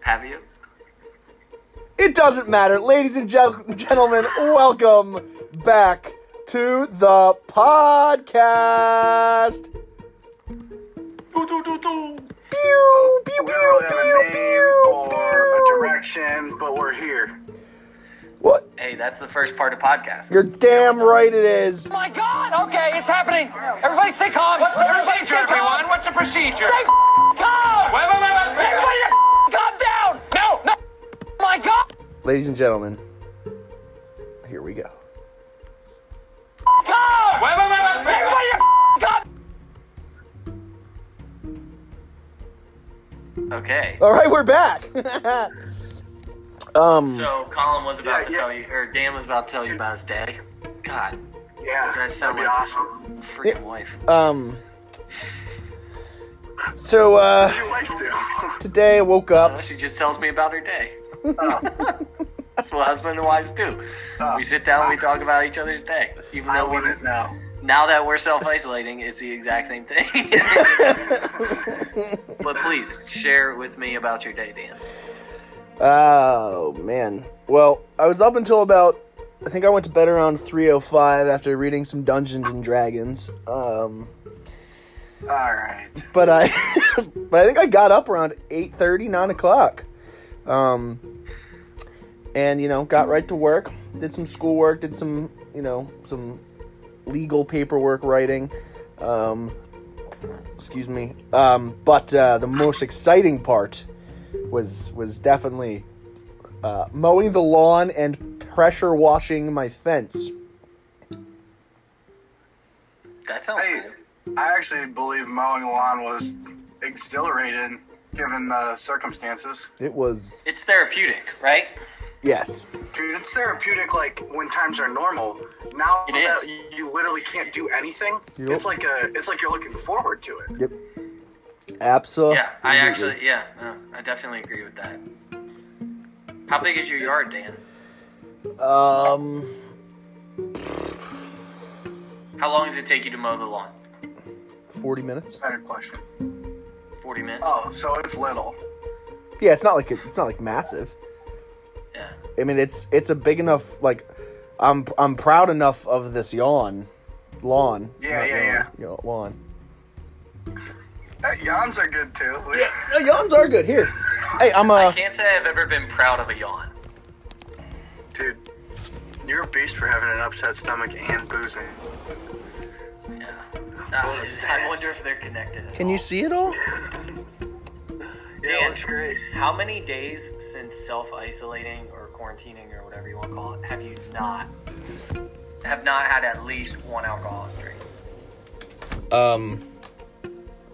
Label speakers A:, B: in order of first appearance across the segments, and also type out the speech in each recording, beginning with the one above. A: Have you?
B: It doesn't matter. Ladies and gen- gentlemen, welcome back to the podcast.
A: Do, do, do, do.
B: Pew, pew, pew,
C: don't have a
B: pew,
C: name
B: pew,
C: or a
B: pew.
C: direction, but we're here.
B: What?
A: Hey, that's the first part of podcast.
B: You're damn right it is.
D: my God! Okay, it's happening. Everybody, stay calm. What's the Everybody, stay calm.
E: What's the procedure?
D: Stay f- calm.
E: Wait, wait, wait, wait.
D: Everybody, f- calm down. No, no. My God.
B: Ladies and gentlemen, here we go.
D: Calm.
E: Wait, wait, wait, wait.
D: Everybody, f- calm.
A: Okay.
B: All right, we're back. um,
A: So Colin was about
C: Yeah,
A: to
C: yeah.
A: tell you, or Dan was about to tell you about his daddy. God,
C: Yeah,
A: You guys
C: that'd
A: sound
C: be
A: like-
C: awesome.
A: freaking wife.
B: um. So uh,
C: Your wife too.
B: today I woke up.
A: Well, she just tells me about her day.
C: Oh.
A: That's what husband and wives do. We sit down, we talk about each other's day. Even
C: I
A: though we,
C: want it now.
A: now that we're self isolating, it's the exact same thing. but please share with me about your day, Dan.
B: Oh man. Well, I was up until about I think I went to bed around 3:05 after reading some Dungeons and Dragons. Um
C: All right.
B: but I but I think I got up around 8:30, 9 o'clock. Um and you know, got right to work, did some schoolwork, did some, you know, some legal paperwork writing. Um excuse me. Um but uh the most exciting part was was definitely uh, mowing the lawn and pressure washing my fence.
A: That sounds
C: Hey,
A: cool.
C: I actually believe mowing the lawn was exhilarating given the circumstances.
B: It was
A: It's therapeutic, right?
B: yes.
C: Dude, it's therapeutic like when times are normal. Now
A: It
C: that
A: is.
C: you- you literally can't do anything,
B: Yep.
C: it's like a it's like you're looking forward to it.
B: Yep. Absolutely.
A: Yeah, I actually, yeah, no, I definitely agree with that. How big is your yard, Dan?
B: Um.
A: How long does it take you to mow the lawn?
B: Forty minutes.
C: Better question.
A: 40 minutes?
C: Oh, so it's little.
B: Yeah, it's not like it, it's not like massive.
A: Yeah.
B: I mean, it's it's a big enough like I'm I'm proud enough of this yawn lawn.
C: Yeah,
B: not
C: yeah,
B: yawn, yeah. Lawn.
C: Hey, yawns are good too.
B: No, yawns are good here. Hey, I'm
A: I
B: uh
A: can't say I've ever been proud of a yawn.
C: Dude, you're a beast for having an upset stomach and boozing.
A: Yeah. Uh, I wonder if they're connected. at
B: Can you
A: all.
B: see it all?
C: Yeah, it looks great.
A: How many days since self isolating or quarantining or whatever you want to call it have you not have not had at least one alcoholic drink?
B: Um.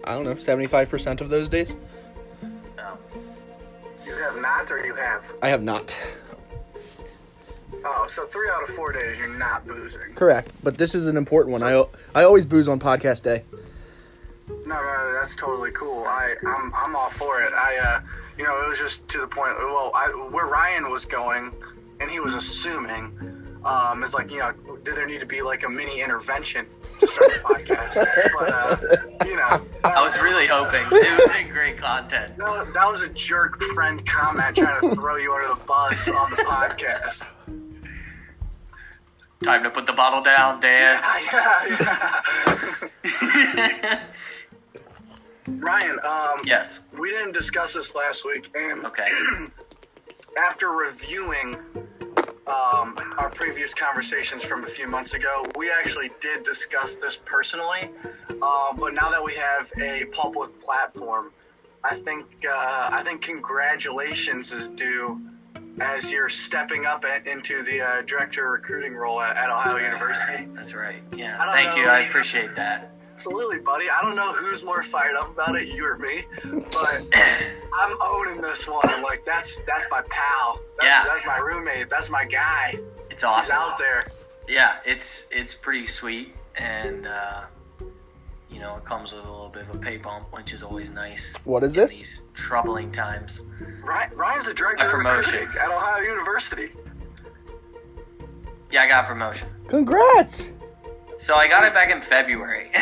B: I don't know. Seventy five percent of those days.
A: No.
C: You have not, or you have.
B: I have not.
C: Oh, so three out of four days you're not boozing.
B: Correct, but this is an important one. I I always booze on podcast day.
C: No, no, no, that's totally cool. I, I'm, I'm all for it. I, uh, you know, it was just to the point. Well, I, where Ryan was going, and he was assuming, um, is like, you know, did there need to be like a mini intervention to start the podcast? But, uh, you know,
A: I was really hoping. It would have been great content.
C: No, that was a jerk friend comment trying to throw you under the bus on the podcast.
A: Time to put the bottle down, Dan.
C: Yeah, yeah. Ryan, um,
A: yes.
C: we didn't discuss this last week, and
A: Okay.
C: after reviewing um, our previous conversations from a few months ago, we actually did discuss this personally. Uh, but now that we have a public platform, I think uh, I think congratulations is due as you're stepping up a- into the uh, director recruiting role at, at Ohio University.
A: That's right. Yeah.
C: I don't
A: Thank you.
C: know.
A: I appreciate that.
C: Absolutely, buddy. I don't know who's more fired up about it, you or me, but I'm owning this one. Like that's that's my pal. That's,
A: Yeah.
C: That's my roommate. That's my guy.
A: It's
C: He's
A: awesome.
C: out there.
A: yeah, it's it's pretty sweet, and uh, you know it comes with a little bit of a pay bump, which is always nice.
B: What is
A: in
B: this?
A: These troubling times.
C: Ryan, Ryan's the director
A: A
C: of
A: promotion.
C: recruiting at Ohio University.
A: Yeah, I got a promotion,
B: Congrats!
A: so I got it back in February.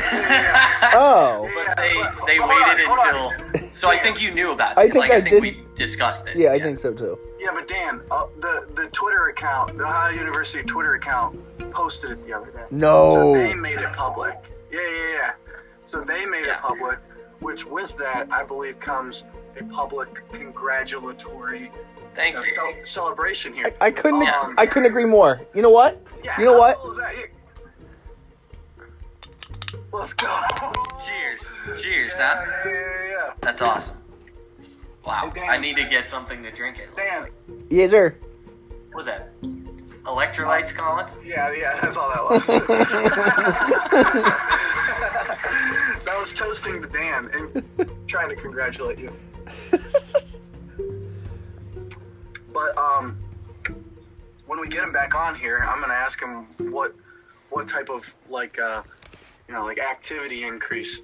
B: Oh,
A: But they
C: but-
A: they
C: hold
A: waited
C: on, hold
A: until
C: on.
A: So I think you knew about it.
B: I think
A: like,
B: I did-
A: We discussed it.
B: Yeah, I think so too.
C: Yeah, but Dan, uh, the the Twitter account, the Ohio University Twitter account, posted it the other day.
B: No.
C: So they made it public. Yeah, yeah, yeah. So they made
A: Yeah.
C: it public, which with that, I believe, comes a public congratulatory
A: Thank
C: you know,
A: you.
C: cel- celebration here.
B: I couldn't.
C: Um,
B: I couldn't agree more. You know what?
C: yeah,
B: you know
C: how
B: what?
C: cool is that? Here. Let's go.
A: Cheers. Cheers,
C: Yeah,
A: huh?
C: yeah, yeah, yeah.
A: That's awesome. Wow.
C: Hey, Dan.
A: I need to get something to drink it.
C: Dan,
B: Yes, sir.
A: What was that? Electrolytes, Colin?
C: Yeah, yeah, that's all that was. that was toasting to Dan and trying to congratulate you. But um, when we get him back on here, I'm gonna ask him what what type of like uh, you know like activity increase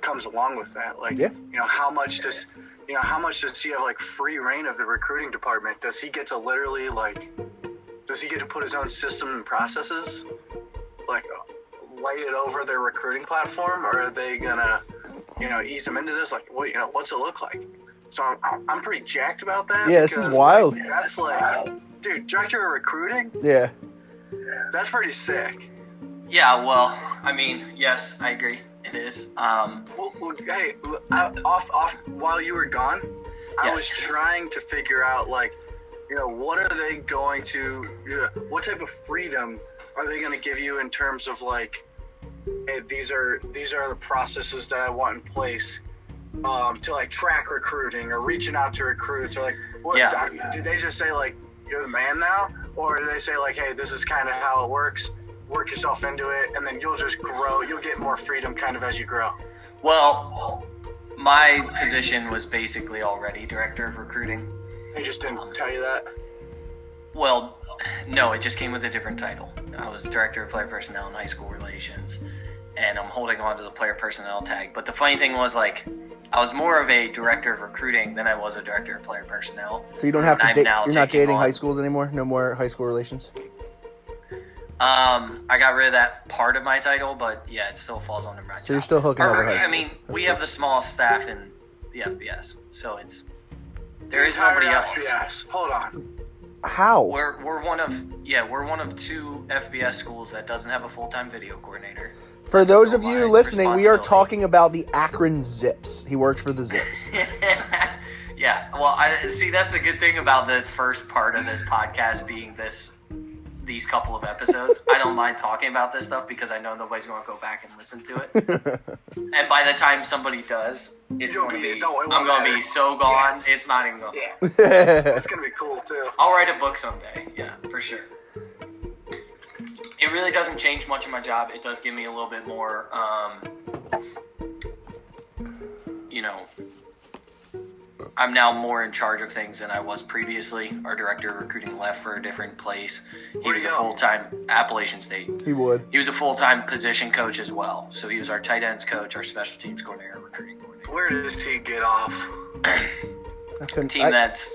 C: comes along with that. Like
B: Yeah.
C: you know how much does you know how much does he have like free reign of the recruiting department? Does he get to literally like does he get to put his own system and processes like lay it over their recruiting platform or are they gonna you know ease him into this like what you know what's it look like so i'm, I'm- I'm pretty jacked about that
B: Yeah, this is
C: because,
B: wild.
C: like, that's like dude director of recruiting
B: Yeah.
C: that's pretty sick
A: Yeah, well, I mean, yes, I agree. It is. Um,
C: well, well, hey l- I- off off while you were gone i
A: Yes.
C: was trying to figure out like you know what are they going to you know, what type of freedom are they going to give you in terms of like hey, these are these are the processes that i want in place um, to like track recruiting or reaching out to recruits or like what
A: Yeah.
C: I- did they just say like you're the man now or do they say like hey this is kind of how it works work yourself into it and then you'll just grow you'll get more freedom kind of as you grow
A: well, my position was basically already director of recruiting.
C: They just didn't tell you that.
A: Well, no, it just came with a different title. I was director of player personnel and high school relations, and I'm holding on to the player personnel tag. But the funny thing was, like, I was more of a director of recruiting than I was a director of player personnel.
B: So you don't have to
A: I'm
B: date.
A: now
B: You're not
A: taking
B: dating
A: on-
B: high schools anymore. No more high school relations.
A: Um, I got rid of that part of my title, but yeah, it still falls under my.
B: So you're
A: job.
B: still hooking
A: Or,
B: over high
A: I mean,
B: schools. That's
A: we
B: cool.
A: have the smallest staff in the FBS, so it's there is
C: Entire
A: nobody else.
C: FBS. Hold on.
B: How?
A: We're we're one of yeah we're one of two FBS schools that doesn't have a full time video coordinator.
B: For those of you
A: my
B: listening, we are
A: responsibility.
B: talking about the Akron Zips. He works for the Zips.
A: yeah, well, I see that's a good thing about the first part of this podcast being this these couple of episodes. I don't mind talking about this stuff because I know nobody's going to go back and listen to it. and by the time somebody does, it's
C: You'll
A: going to
C: be-
A: be
C: no, it won't
A: I'm going to be
C: matter.
A: so gone. It's not even going. to
C: Yeah. It's gonna be cool too.
A: I'll write a book someday. Yeah, for sure. It really doesn't change much in my job. It does give me a little bit more, um, you know, I'm now more in charge of things than I was previously. Our director of recruiting left for a different place. He
C: Where'd
A: was
C: he
A: a
C: go?
A: full time Appalachian State.
B: he would.
A: He was a full time position coach as well. So he was our tight ends coach, our special teams coordinator, our recruiting coordinator.
C: Where does he get off?
B: I couldn't.
A: Team
B: I,
A: that's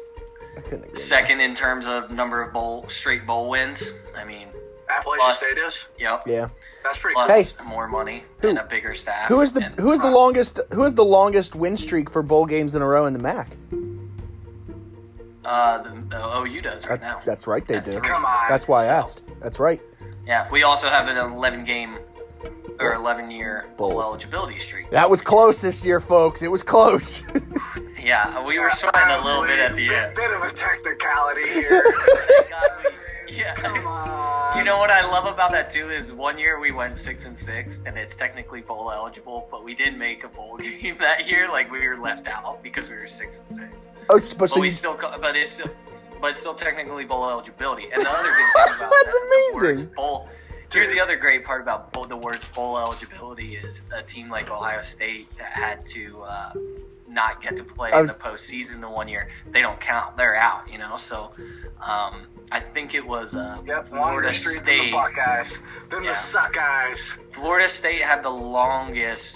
B: I couldn't. agree.
A: second in terms of number of bowl straight bowl wins. I mean,
C: Appalachian
A: Us.
C: State is?
A: yep.
B: Yeah.
C: That's pretty
A: plus
C: cool.
B: Hey.
A: more money
B: Who-
A: and a bigger staff.
B: Who is the
A: and
B: Who is the
A: pro-
B: longest Who is the longest win streak for bowl games in a row in the MAC?
A: Uh, the, the OU does right
B: That-
A: now.
B: that's right, they
A: At
B: do.
A: three.
C: Come on.
B: That's why I asked. That's right.
A: Yeah, we also have an 11 game or 11 year bowl
B: Bowl.
A: eligibility streak.
B: That was close this year, folks. It was close.
A: Yeah, we were sweating a little bit at the
C: Honestly,
A: end.
C: Bit of a technicality here.
A: God, we-
C: Come
A: yeah.
C: on.
A: You know what I love about that too is one year we went six and six, and it's technically bowl eligible, but we didn't make a bowl game that year. Like we were left out because we were six and six.
B: oh, s- but
A: But
B: so
A: we
B: you,
A: still, co- but it's still, but it's still technically bowl eligibility. And the other good thing about
B: That's
A: that, the
B: amazing.
A: words bowl. Here's the other great part about bowl, the words bowl eligibility is a team like Ohio State that had to uh, not get to play
B: I
A: in
B: was-
A: the postseason the one year. They don't count. They're out. You know. So um, I think it was uh,
C: Yep, longer
A: Florida
C: street than the
A: State.
C: Buckeyes, then
A: Yeah.
C: the Suckeyes.
A: Florida State had the longest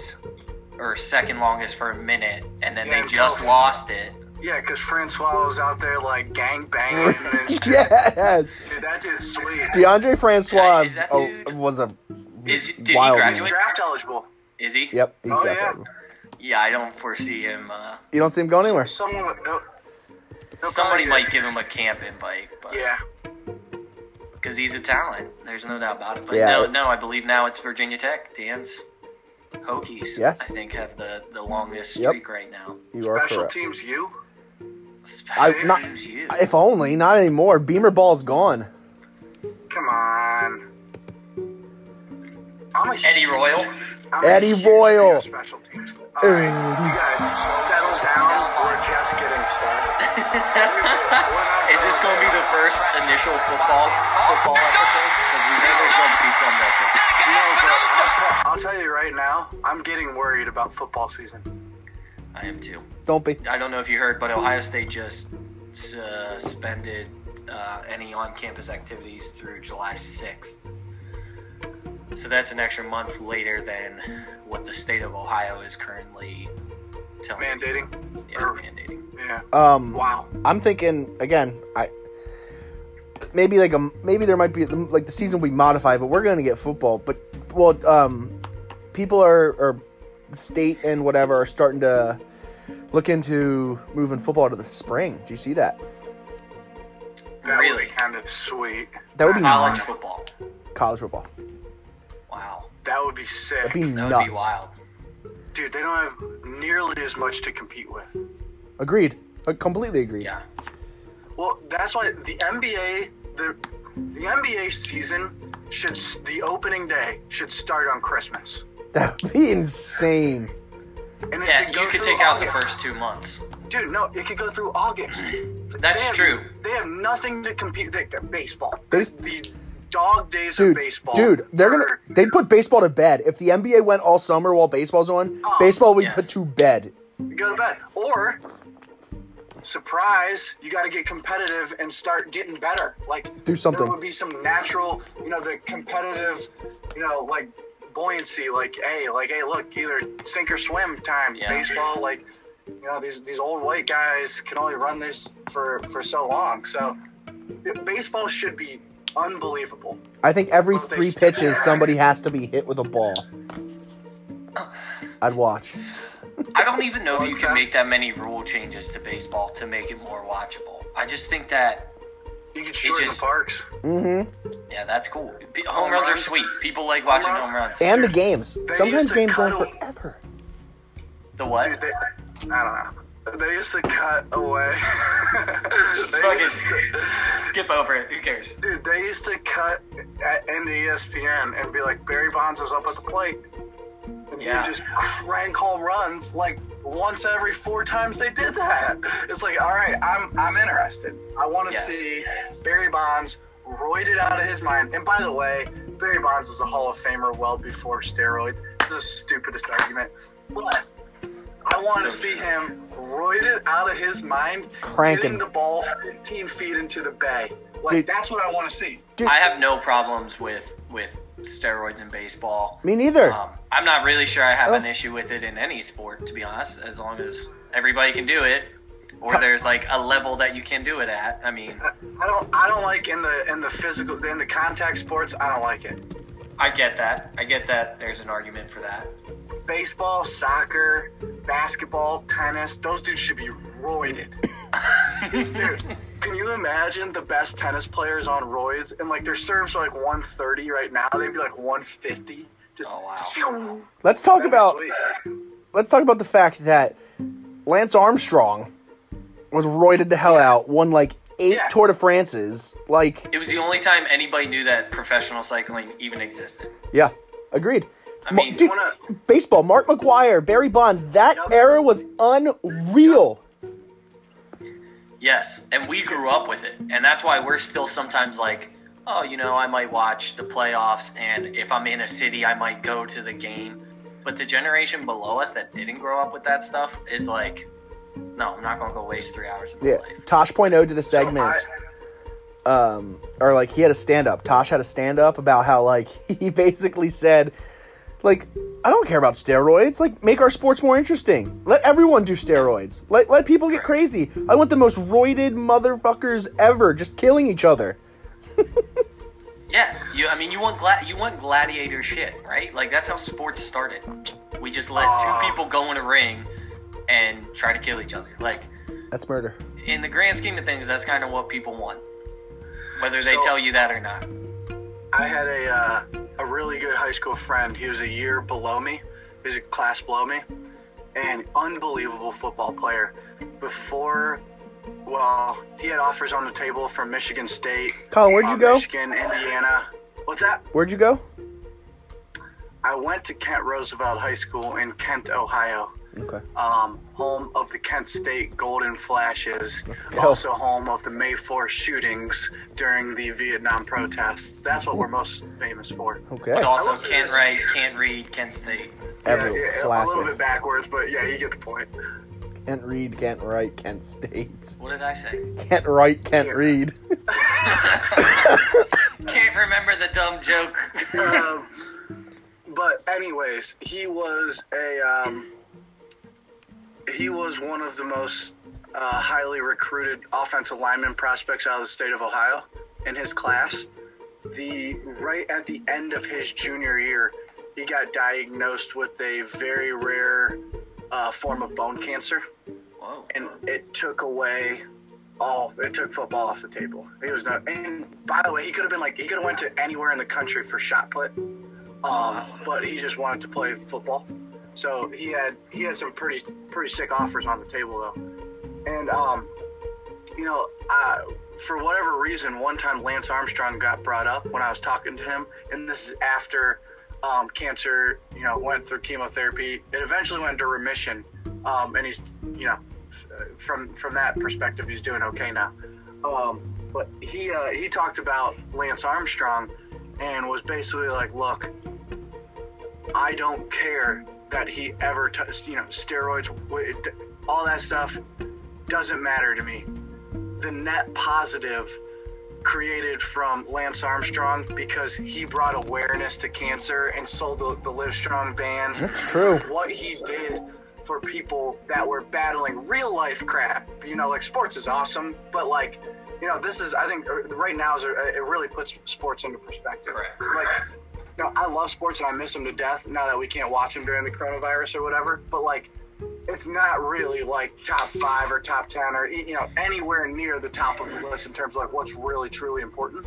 A: or second longest for a minute, and then
C: Yeah,
A: they
C: it's
A: just
C: over.
A: lost it.
C: Yeah, because Francois was out there like gang banging and shit.
B: yes,
C: Dude, that dude's sweet.
B: DeAndre Francois
A: Is that
B: oh,
A: dude-
B: was a
A: Is- did he
B: wild. man.
A: graduate?
C: Draft eligible.
A: Is he?
B: Yep, he's
C: Oh,
B: got
C: yeah.
B: that.
A: Yeah, I don't foresee him. Uh,
B: You don't see him going anywhere.
C: Someone would no, no
A: somebody
C: comment.
A: might give him a camp invite, but
C: Yeah.
A: because he's a talent, there's no doubt about it. But
B: Yeah.
A: no, no, I believe now it's Virginia Tech. Dan's Hokies,
B: Yes.
A: I think have the the longest
B: Yep.
A: streak right now.
B: You are
C: Special
B: correct.
C: teams, you.
B: I
A: Special
B: not
A: teams, you.
B: if only not anymore. Beamer ball's gone.
C: Come on. I'm a
A: Eddie Royal.
C: I'm a
B: Eddie
C: huge
B: Royal.
C: fan of Special teams. All right, you guys, settle down. We're just getting started.
A: Is this going to be the first initial football football episode? Because we know there's going to be some reference.
C: No, but I'll, tell, I'll tell you right now, I'm getting worried about football season.
A: I am too.
B: Don't be.
A: I don't know if you heard, but Ohio State just suspended uh, any on-campus activities through July 6th. So that's an extra month later than what the state of Ohio is currently telling
C: Mandating.
A: yeah, mandating.
C: Yeah.
B: Um.
C: Wow.
B: I'm thinking again. I maybe like a maybe there might be like the season will be modified, but we're gonna get football. But well, um, people are are the state and whatever are starting to look into moving football to the spring. Do you see that?
C: That
A: Really?
C: would be kind of sweet.
B: That would be
A: College football.
B: college football.
A: Wow,
C: That would be sick.
B: That'd be
A: that would
B: nuts.
A: be wild.
C: Dude, they don't have nearly as much to compete with.
B: Agreed. Uh, completely agreed.
A: Yeah,
C: Well, that's why the NBA, the the NBA season should s- the opening day should start on Christmas.
B: That would be insane.
C: And it
A: yeah.
C: should go
A: You could
C: through
A: take out the
C: August.
A: first two months.
C: Dude, no, it could go through August.
A: That's
C: They have-
A: true.
C: They have nothing to compete. They, they're baseball.
B: Base-
C: the dog days
B: Dude,
C: of baseball.
B: dude, they're gonna
C: are-
B: they'd put baseball to bed if the NBA went all summer while baseball's on.
C: Oh,
B: baseball we would
A: yes.
B: put to bed.
C: go to bed. Or surprise, you got to get competitive and start getting better. Like
B: Do something.
C: There would be some natural, you know, the competitive, you know, like buoyancy. Like hey, like hey, look, either sink or swim time.
A: Yeah.
C: Baseball, like you know, these these old white guys can only run this for for so long. So baseball should be unbelievable.
B: I think every
C: they
B: three
C: stick
B: pitches, somebody has to be hit with a ball. I'd watch.
A: I don't even know if you can
C: Podcast.
A: make that many rule changes to baseball to make it more watchable. I just think that
C: You could shoot in the
A: just-
C: parks.
A: Yeah, that's cool. P- Home runs are
C: runs.
A: sweet. People like watching
C: runs.
A: home runs.
B: And the games. Sometimes
C: used to
B: games go on
C: cuddle.
B: forever.
A: The what?
C: Dude, they, I don't know. They used to cut away. They used to-
A: skip over it. Who cares?
C: Dude, they used to cut at E into ESPN and be like, Barry Bonds is up at the plate. And
A: Yeah.
C: you just crank home runs like once every four times they did that. It's like, all right, I'm I'm interested. I want to
A: Yes.
C: see Barry Bonds roided out of his mind. And by the way, Barry Bonds is a Hall of Famer well before steroids. It's the stupidest argument. But I want to
A: So
C: see
A: true.
C: him roided out of his mind,
B: Cranking.
C: getting the ball 15 feet into the bay. Like
B: Dude.
C: that's what I want to see.
A: I have no problems with with steroids in baseball.
B: Me neither.
A: Um, I'm not really sure I have an
B: Oh.
A: issue with it in any sport, to be honest. As long as everybody can do it, or there's like a level that you can do it at. I mean,
C: I don't I don't like in the in the physical in the contact sports, I don't like it.
A: I get that. I get that. There's an argument for that.
C: Baseball, soccer, basketball, tennis, those dudes should be roided. Dude, can you imagine the best tennis players on roids and like their serves are like 130 right now, they'd be like 150. Just
A: Oh, wow.
C: Shoo!
B: Let's talk
C: That'd be
B: about
C: sweet.
B: let's talk about the fact that Lance Armstrong was roided the hell out, won like eight
C: Yeah.
B: Tour de France's. Like,
A: It was the only time anybody knew that professional cycling even existed.
B: yeah, agreed.
A: I
B: Ma-
A: mean,
B: dude,
C: wanna-
B: baseball, Mark McGuire, Barry Bonds, that
C: Yep.
B: era was unreal.
A: Yes, and we grew up with it, and that's why we're still sometimes like, oh, you know, I might watch the playoffs, and if I'm in a city, I might go to the game. But the generation below us that didn't grow up with that stuff is like, no, I'm not gonna go waste three hours of my
B: Yeah,
A: life.
B: Tosh.0 did a segment.
C: I-
B: um, or like he had a stand up. Tosh had a stand up about how like he basically said, like I don't care about steroids. Like make our sports more interesting. Let everyone do steroids. Let let people get crazy. I want the most roided motherfuckers ever, just killing each other.
A: Yeah, you. I mean, you want gla- you want gladiator shit, right? Like that's how sports started, with We just let two people go in a ring and try to kill each other. Like
B: That's murder.
A: in the grand scheme of things, that's kind of what people want, whether they
C: So-
A: tell you that or not.
C: I had a uh, a really good high school friend. He was a year below me. He was a class below me, and unbelievable football player. Before, well, he had offers on the table from Michigan State.
B: Colin, where'd you
C: uh,
B: go?
C: Michigan, Indiana. What's that?
B: Where'd you go?
C: I went to Kent Roosevelt High School in Kent, Ohio.
B: Okay.
C: Um, home of the Kent State Golden Flashes.
B: Let's go.
C: Also home of the May 4th shootings during the Vietnam protests. That's what we're most famous for.
B: Okay.
A: But also,
C: love
A: can't
C: this.
A: write, can't read, can't state.
B: Everyone.
C: Yeah, yeah, a little bit
B: Classics.
C: backwards, but yeah, you get the point.
B: Can't read, can't write, can't state.
A: What did I say?
B: Can't write, can't read.
A: Can't remember the dumb joke.
C: Um, but anyways, he was a um, he was one of the most uh, highly recruited offensive lineman prospects out of the state of Ohio in his class. The right at the end of his junior year, he got diagnosed with a very rare uh, form of bone cancer,
A: Whoa.
C: and it took away all it took football off the table. He was no. And by the way, he could have been like he could have went to anywhere in the country for shot put, um, but he just wanted to play football. So he had he had some pretty pretty sick offers on the table though, and um, you know, uh, for whatever reason, one time Lance Armstrong got brought up when I was talking to him, and this is after um, cancer, you know, went through chemotherapy. It eventually went into remission, um, and he's, you know, f- from from that perspective, he's doing okay now. Um, but he uh, he talked about Lance Armstrong, and was basically like, look, I don't care that he ever, t- you know, steroids, w- it- all that stuff doesn't matter to me the net positive created from Lance Armstrong because he brought awareness to cancer and sold the, the Live Strong bands.
B: That's true.
C: What he did for people that were battling real life crap, you know, like sports is awesome, but like, you know, this is, I think uh, right now is a, it really puts sports into perspective.
A: Correct.
C: Like, you know, I love sports and I miss them to death now that we can't watch them during the coronavirus or whatever, but like, it's not really like top five or top ten or you know anywhere near the top of the list in terms of like what's really truly important.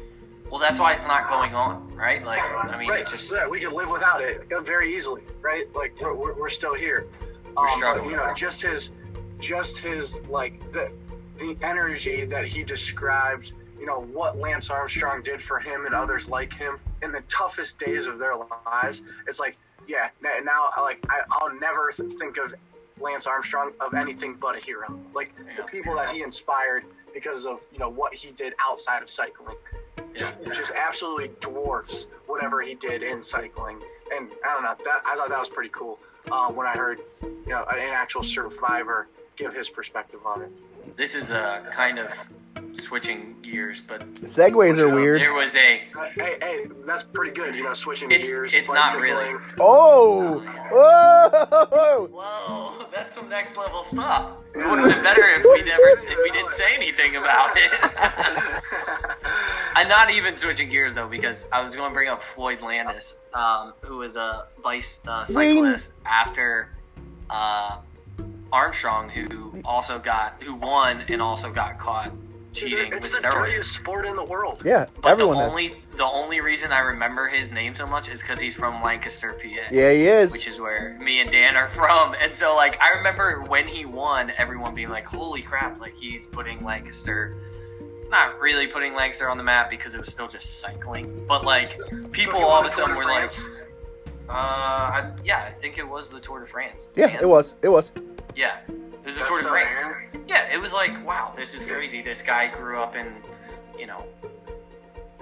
A: Well, that's why it's not going on, right? Like, I mean,
C: right.
A: it's just
C: yeah, we could live without it uh, very easily, right? Like we're, we're, we're still here.
A: We're
C: Um, but,
A: struggling.
C: you know, just his, just his like the the energy that he described. You know what Lance Armstrong did for him and others like him in the toughest days of their lives. It's like, yeah, n- now I, like I, I'll never th- think of Lance Armstrong of anything but a hero. Like the
A: Yeah.
C: people that he inspired because of you know what he did outside of cycling
A: yeah.
C: just absolutely dwarfs whatever he did in cycling. And I don't know, that I thought that was pretty cool uh, when I heard, you know, an actual survivor give his perspective on it.
A: This is a kind of switching gears, but
B: Segways are weird.
A: there was a.
C: Uh, hey, hey, that's pretty good, you know, switching
A: It's-
C: gears.
A: it's not really.
C: bicycling.
B: Oh! Whoa!
A: Whoa, that's some next level stuff. It would have been better if we never, if we didn't say anything about it. I'm not even switching gears though, because I was going to bring up Floyd Landis, um, who was a vice uh,
B: Green.
A: cyclist after uh, Armstrong, who also got, who won and also got caught cheating
C: It's
A: with
C: the
A: steroids.
C: dirtiest sport in the world.
B: Yeah,
A: But
B: everyone
A: the
B: has.
A: only the only reason I remember his name so much is because he's from Lancaster, PA.
B: Yeah, he
A: Which
B: is.
A: is where me and Dan are from, and so like I remember when he won, everyone being like, "Holy crap!" Like he's putting Lancaster, not really putting Lancaster on the map because it was still just cycling, but like
C: So
A: people
C: if you
A: all of
C: won
A: a sudden
C: Tour
A: were
C: de
A: like,
C: France,
A: "Uh, I, yeah, I think it was the Tour de France."
B: Yeah,
A: Man,
B: it was. It was.
A: Yeah, it was the
C: That's
A: Tour de
C: so
A: France.
C: rare.
A: Yeah, it was like, wow, this is crazy. This guy grew up in, you know,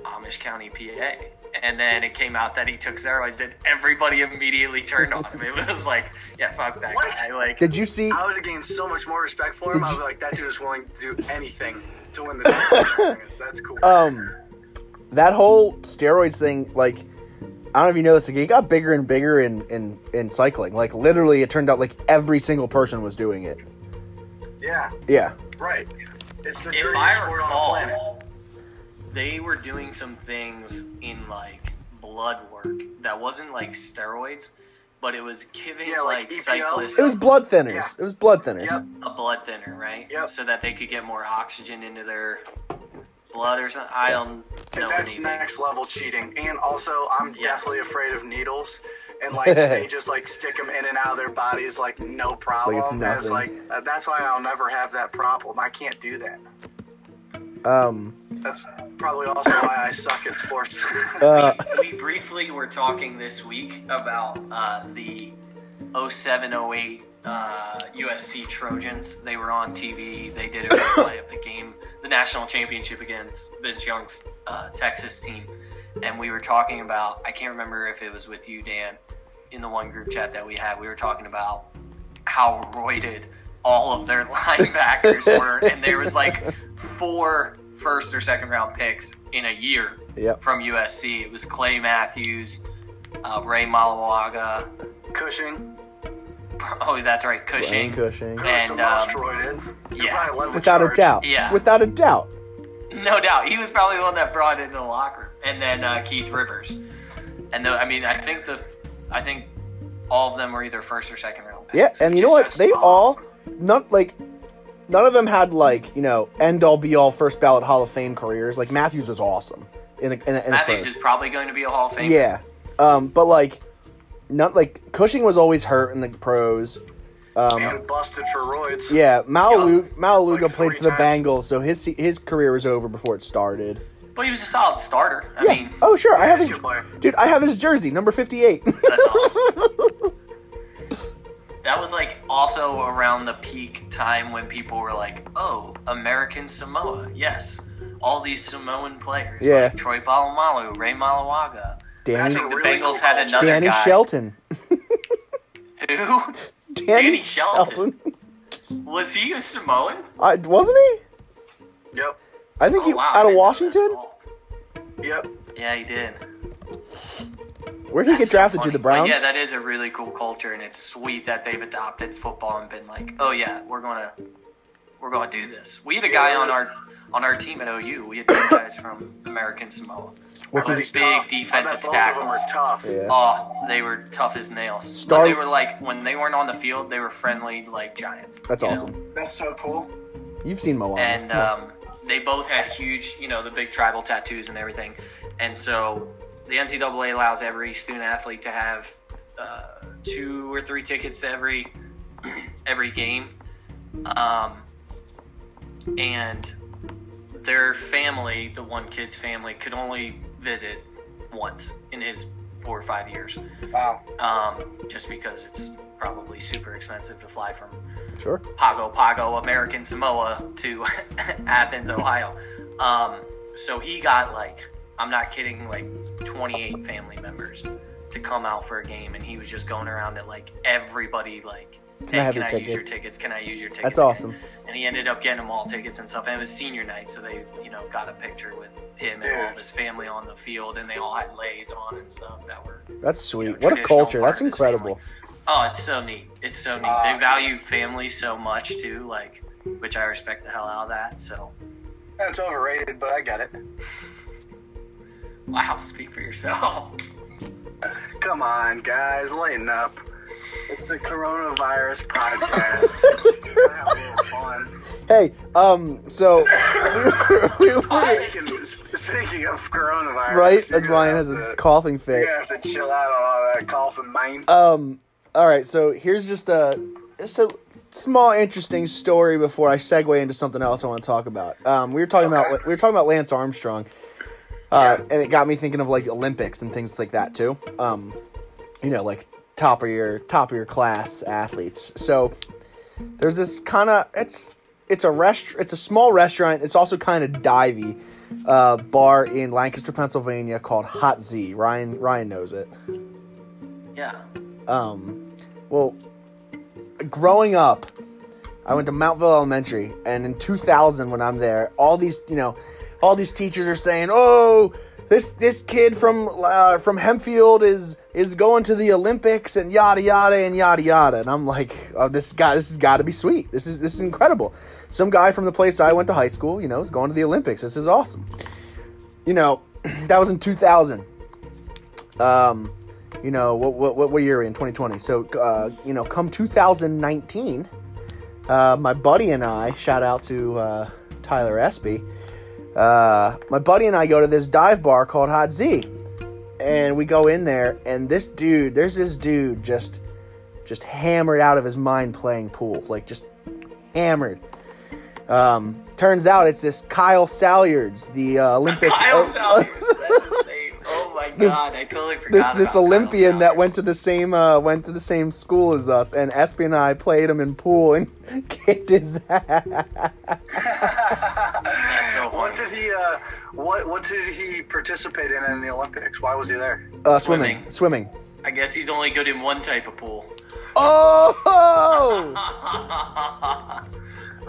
A: Amish County, PA. And then it came out that he took steroids and everybody immediately turned on him. It was like, yeah, fuck that
C: What?
A: guy. Like,
B: Did you see?
C: I would have gained so much more respect for him.
B: Did
C: I was
B: you-
C: like, that dude is willing to do anything to win the Tour de France. That's cool.
B: Um, that whole steroids thing, like, I don't know if you know this, like, it got bigger and bigger in, in, in cycling. Like, literally, it turned out like every single person was doing it.
C: yeah,
B: Yeah.
C: right. It's the
A: if
C: dirtiest
A: I
C: sport on the planet.
A: recall, they were doing some things in like blood work that wasn't like steroids. but it was giving
C: Yeah, like E
A: like,
C: EPO?
A: cyclists
B: It was blood thinners. It was blood thinners.
C: Yep.
A: a blood thinner, right?
C: Yep.
A: So that they could get more oxygen into their blood or something. I don't know
C: That's
A: anything.
C: next level cheating. And also, I'm
A: Yes.
C: definitely afraid of needles. And like they just like stick them in and out of their bodies like no problem.
B: Like it's
C: And
B: nothing.
C: like uh, that's why I'll never have that problem. I can't do that.
B: Um,
C: That's probably also why I suck at sports.
B: uh,
A: We briefly were talking this week about uh, the 07 08 uh, USC Trojans. They were on TV. They did a replay of the game, the national championship against Vince Young's uh, Texas team. And we were talking about, I can't remember if it was with you, Dan, in the one group chat that we had. We were talking about how roided all of their linebackers were. And there was like four first or second round picks in a year
B: yep.
A: from USC. It was Clay Matthews, uh, Ray Malawaga.
C: Cushing,
A: Oh, that's right,
B: Brian
A: Cushing.
B: Cushing.
A: And,
C: and, the most
A: um,
C: droided. You
A: yeah.
C: probably led the
B: Without a
C: charge.
B: doubt.
A: Yeah.
B: Without a doubt.
A: No doubt, he was probably the one that brought it into the locker room. And then uh, Keith Rivers. And the, I mean, I think the, I think all of them were either first or second round. Picks.
B: Yeah, and you know what?
A: That's
B: They
A: awesome.
B: all not like none of them had like you know end all be all first ballot Hall of Fame careers. Like Matthews was awesome in a, in a, in a
A: Matthews is
B: class.
A: probably going to be a Hall of Famer.
B: Yeah, um, but like not like Cushing was always hurt in the pros. Um,
C: And busted for roids.
B: yeah, Malaluga, Malaluga
C: Like
B: played for the
C: 40 times.
B: Bengals, so his his career was over before it started.
A: But he was a solid starter. I
B: Yeah.
A: mean,
B: oh sure, I have
C: that's
B: his
C: your player.
B: dude. I have his jersey, number fifty eight.
A: That's awesome. that was like also around the peak time when people were like, "Oh, American Samoa, yes, all these Samoan players,
B: Yeah.
A: like Troy Polamalu, Ray Malawaga." I
B: Danny
A: think the
C: Really
A: Bengals
C: cool
A: had
C: culture.
A: another
B: Danny
A: guy.
B: Shelton.
A: Who
B: Danny,
A: Danny
B: Shelton.
A: Shelton. was he a Samoan?
B: I, wasn't he?
C: Yep.
B: I think
A: Oh,
B: he
A: wow, I didn't
B: out
A: know
B: of
A: that
B: Washington.
A: at all.
C: Yep.
A: Yeah, he did.
B: Where did he get
A: That's so
B: drafted to
A: funny.
B: the
A: But
B: Browns?
A: yeah, that is a really cool culture, and it's sweet that they've adopted football and been like, oh yeah, we're gonna we're gonna do this. We had a guy on our on our team at OU. We had two guys from American Samoa.
B: What's
A: Those
B: his
A: big
C: Tough. I
A: defensive
C: bet both of them are
A: tackles.
C: tough.
B: yeah.
A: Oh, they were tough as nails.
B: Star-
A: But they were like when they weren't on the field, they were friendly like giants.
B: That's
A: you know?
B: awesome.
C: That's so cool.
B: You've seen Moana.
A: and um, they both had huge, you know, the big tribal tattoos and everything. And so the NCAA allows every student athlete to have uh, two or three tickets to every every game, um, and their family, the one kid's family, could only visit once in his four or five years,
C: Wow.
A: um, just because it's probably super expensive to fly from
B: sure.
A: Pago Pago, American Samoa to Athens, Ohio. Um, so he got like, I'm not kidding, like 28 family members to come out for a game, and he was just going around at like everybody, like,
B: Can I
A: "Hey,
B: have
A: can
B: your
A: I use your
B: tickets?"
A: tickets? Can I use your tickets?
B: That's awesome.
A: And he ended up getting them all tickets and stuff. And it was senior night, so they, you know, got a picture with him and all of his family on the field, and they all had lays on and stuff that were
B: That's
A: you
B: sweet.
A: know,
B: What a
A: traditional
B: culture.
A: part
B: That's
A: of this
B: incredible.
A: family. Oh, it's so neat. It's so neat.
C: Uh,
A: they value family so much too, like which I respect the hell out of that. So
C: That's overrated, but I get it.
A: wow, speak for yourself.
C: Come on, guys, lighten up. It's the coronavirus podcast. We're having a little fun.
B: Hey, um, so we were,
C: Speaking, speaking of coronavirus,
B: right
C: you're
B: as
C: gonna
B: Ryan has
C: have
B: a
C: to-
B: coughing
C: You're
B: fit.
C: gonna have to chill out on all that coughing, mine.
B: Um, all right. So here's just a just a small interesting story before I segue into something else I want to talk about. Um, we were talking
C: Okay.
B: about we were talking about Lance Armstrong, uh, and it got me thinking of like Olympics and things like that too. Um, you know, like top of your top of your class athletes. So there's this kind of it's it's a rest it's a small restaurant. It's also kind of divey. Uh, bar in Lancaster, Pennsylvania, called Hot Z. Ryan Ryan knows it
A: Yeah.
B: um, well, growing up, I went to Mountville Elementary, and in 2000, when I'm there, all these, you know, all these teachers are saying, "Oh, this this kid from uh, from Hempfield is is going to the Olympics," and yada yada and yada yada, and I'm like, "Oh, this guy, this has got to be sweet. This is this is incredible." Some guy from the place I went to high school, you know, is going to the Olympics. This is awesome. You know, that was in 2000. Um, you know, what what what, what year are we in? 2020. So, uh, you know, come 2019, uh, my buddy and I, shout out to uh, Tyler Espy. Uh, my buddy and I go to this dive bar called Hot Z, and we go in there, and this dude, there's this dude just, just hammered out of his mind playing pool, like just hammered. Um, turns out it's this Kyle Salyards, the uh, Olympic
A: Kyle
B: uh,
A: Salyers. That's insane. Oh my god,
B: This-
A: I totally forgot.
B: this
A: about
B: this
A: Kyle
B: Olympian that
A: Salyers.
B: went to the same uh, went to the same school as us, and Espy and I played him in pool and kicked his ass.
A: so funny.
C: what did he? Uh, what what did he participate in in the Olympics? Why was he there?
A: Oh,
B: Uh, swimming,
A: Swimming.
B: swimming.
A: I guess he's only good in one type of pool.
B: Oh,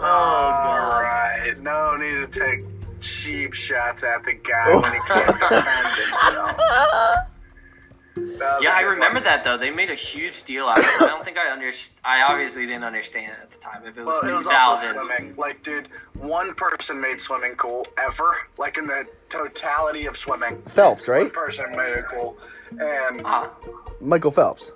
C: Oh, all right. No need to take cheap shots at the guy
B: Oh.
C: when he can't defend himself. That was
A: Yeah,
C: a
A: I
C: good
A: remember
C: one.
A: that though. They made a huge deal out of it. I don't think I under. I obviously didn't understand it at the time. If it was
C: Well, it was also
A: 2000,
C: swimming. Like, dude, one person made swimming cool ever. Like in the totality of swimming,
B: Phelps,
C: one
B: right?
C: person made it cool, and
A: Ah,
B: Michael Phelps.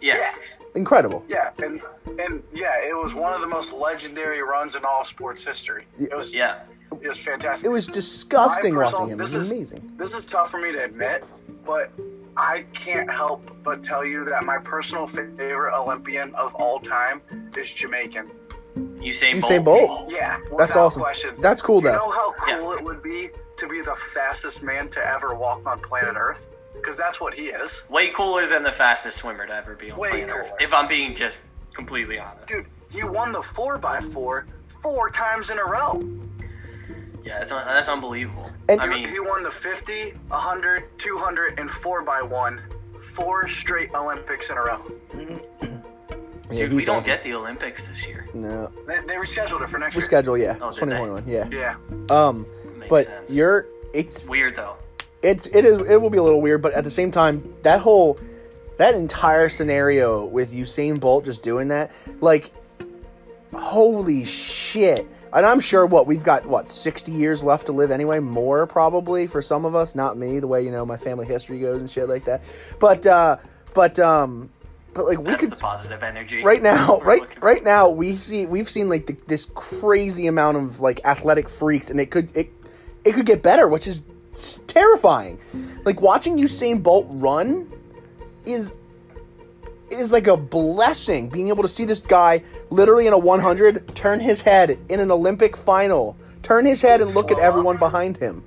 A: yes.
B: Incredible.
C: Yeah, and and yeah, it was one of the most legendary runs in all of sports history. It was
A: Yeah.
C: it was fantastic.
B: It was
C: My
B: disgusting
C: personal-
B: watching him. It was
C: this is-
B: amazing.
C: This is tough for me to admit, but I can't help but tell you that my personal favorite Olympian of all time is Jamaican.
A: Usain,
B: Usain
A: Bolt.
B: Bolt.
C: Yeah,
B: That's
C: without
B: awesome.
C: Question.
B: That's cool,
C: You
B: though.
C: know how
A: Yeah.
C: cool it would be to be the fastest man to ever walk on planet Earth? Because that's what he is.
A: Way cooler than the fastest swimmer to ever be on
C: Way
A: planet Earth.
C: cooler.
A: If I'm being just completely honest.
C: Dude, he won the 4x4 four times in a row.
A: Yeah, that's, un- that's unbelievable.
B: And-
A: I mean,
C: He won the 50, 100, 200, and 4x1. Four straight Olympics in a row.
B: Yeah,
A: dude, we
B: he's
A: don't
B: awesome.
A: get the Olympics this year.
B: no.
C: They, they rescheduled it for next
B: We
C: year.
B: schedule, yeah.
A: Oh,
B: It's
A: did they?
B: 2021, yeah.
C: Yeah.
B: Um,
A: Makes
B: but
A: sense.
B: you're it's
A: Weird though.
B: it's it is it will be a little weird, but at the same time, that whole that entire scenario with Usain Bolt just doing that, like, holy shit! And I'm sure what we've got what 60 years left to live anyway, more probably for some of us, not me, the way you know my family history goes and shit like that. But uh, but um, but like we
A: That's
B: could
A: the positive energy.
B: right now
A: we're
B: right
A: looking for.
B: right now we see we've seen like the, this crazy amount of like athletic freaks and it could it it could get better which is s- terrifying like watching usain bolt run is is like a blessing being able to see this guy literally in a 100 turn his head in an olympic final turn his head and look at everyone behind him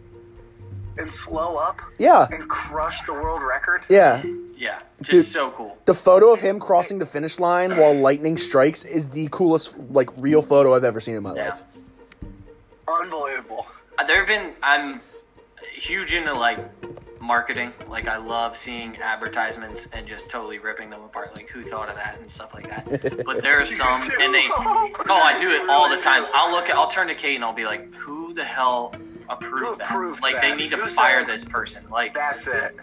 C: And slow up
B: yeah
C: and crush the world record.
B: yeah
A: Yeah, just
B: Dude.
A: so cool.
B: the photo of him crossing the finish line while lightning strikes is the coolest like real photo i've ever seen in my life
C: Unbelievable.
A: Uh, There have been. I'm huge into like marketing. Like I love seeing advertisements and just totally ripping them apart. Like who thought of that and stuff like that. But there are some, and they. Oh, I do it all the time. I'll look. At, I'll turn to Kate and I'll be like, "Who the hell approved
C: Who
A: that?
C: approved
A: like they
C: that?
A: need to
C: Who
A: fire
C: said-
A: this person. Like
C: That's it.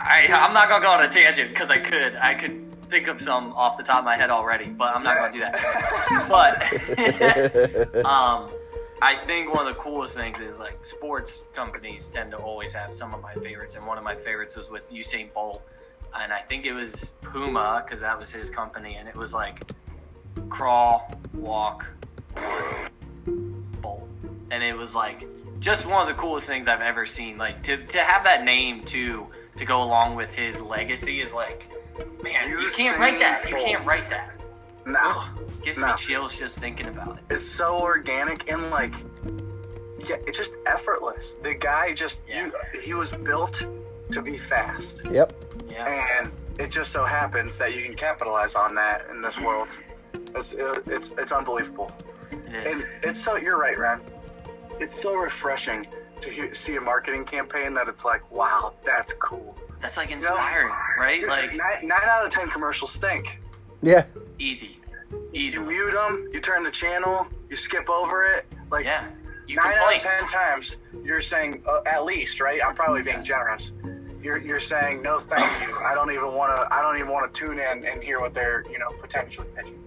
A: I, I'm not gonna go on a tangent because I could. I could think of some off the top of my head already, but I'm not gonna do that. but um, I think one of the coolest things is like sports companies tend to always have some of my favorites, and one of my favorites was with Usain Bolt, and I think it was Puma because that was his company, and it was like crawl, walk, bolt. And it was like just one of the coolest things I've ever seen. Like to, to have that name too to go along with his legacy is like man, you can't write that. You can't write that.
C: No.
A: Gives me
C: No.
A: chills just thinking about it.
C: It's so organic and like yeah, it's just effortless. The guy just
A: Yeah.
C: you, he was built to be fast.
B: yep
A: Yeah.
C: And it just so happens that you can capitalize on that in
A: Mm-hmm.
C: this world. It's it's it's unbelievable.
A: It is.
C: And it's so you're right, Ron. It's so refreshing to hear, see a marketing campaign that it's like, wow, that's cool.
A: That's like inspiring, right?
C: Dude,
A: Like
C: nine, nine out of ten commercials stink.
B: yeah
A: easy.
C: You
A: Easy.
C: mute them, you turn the channel, you skip over it. Like
A: Yeah. You
C: nine out of
A: complain.
C: ten times, you're saying uh, at least, right? I'm probably being
A: Yes.
C: generous. You're, you're saying no, thank you. I don't even want to. I don't even want to tune in and hear what they're you know potentially pitching.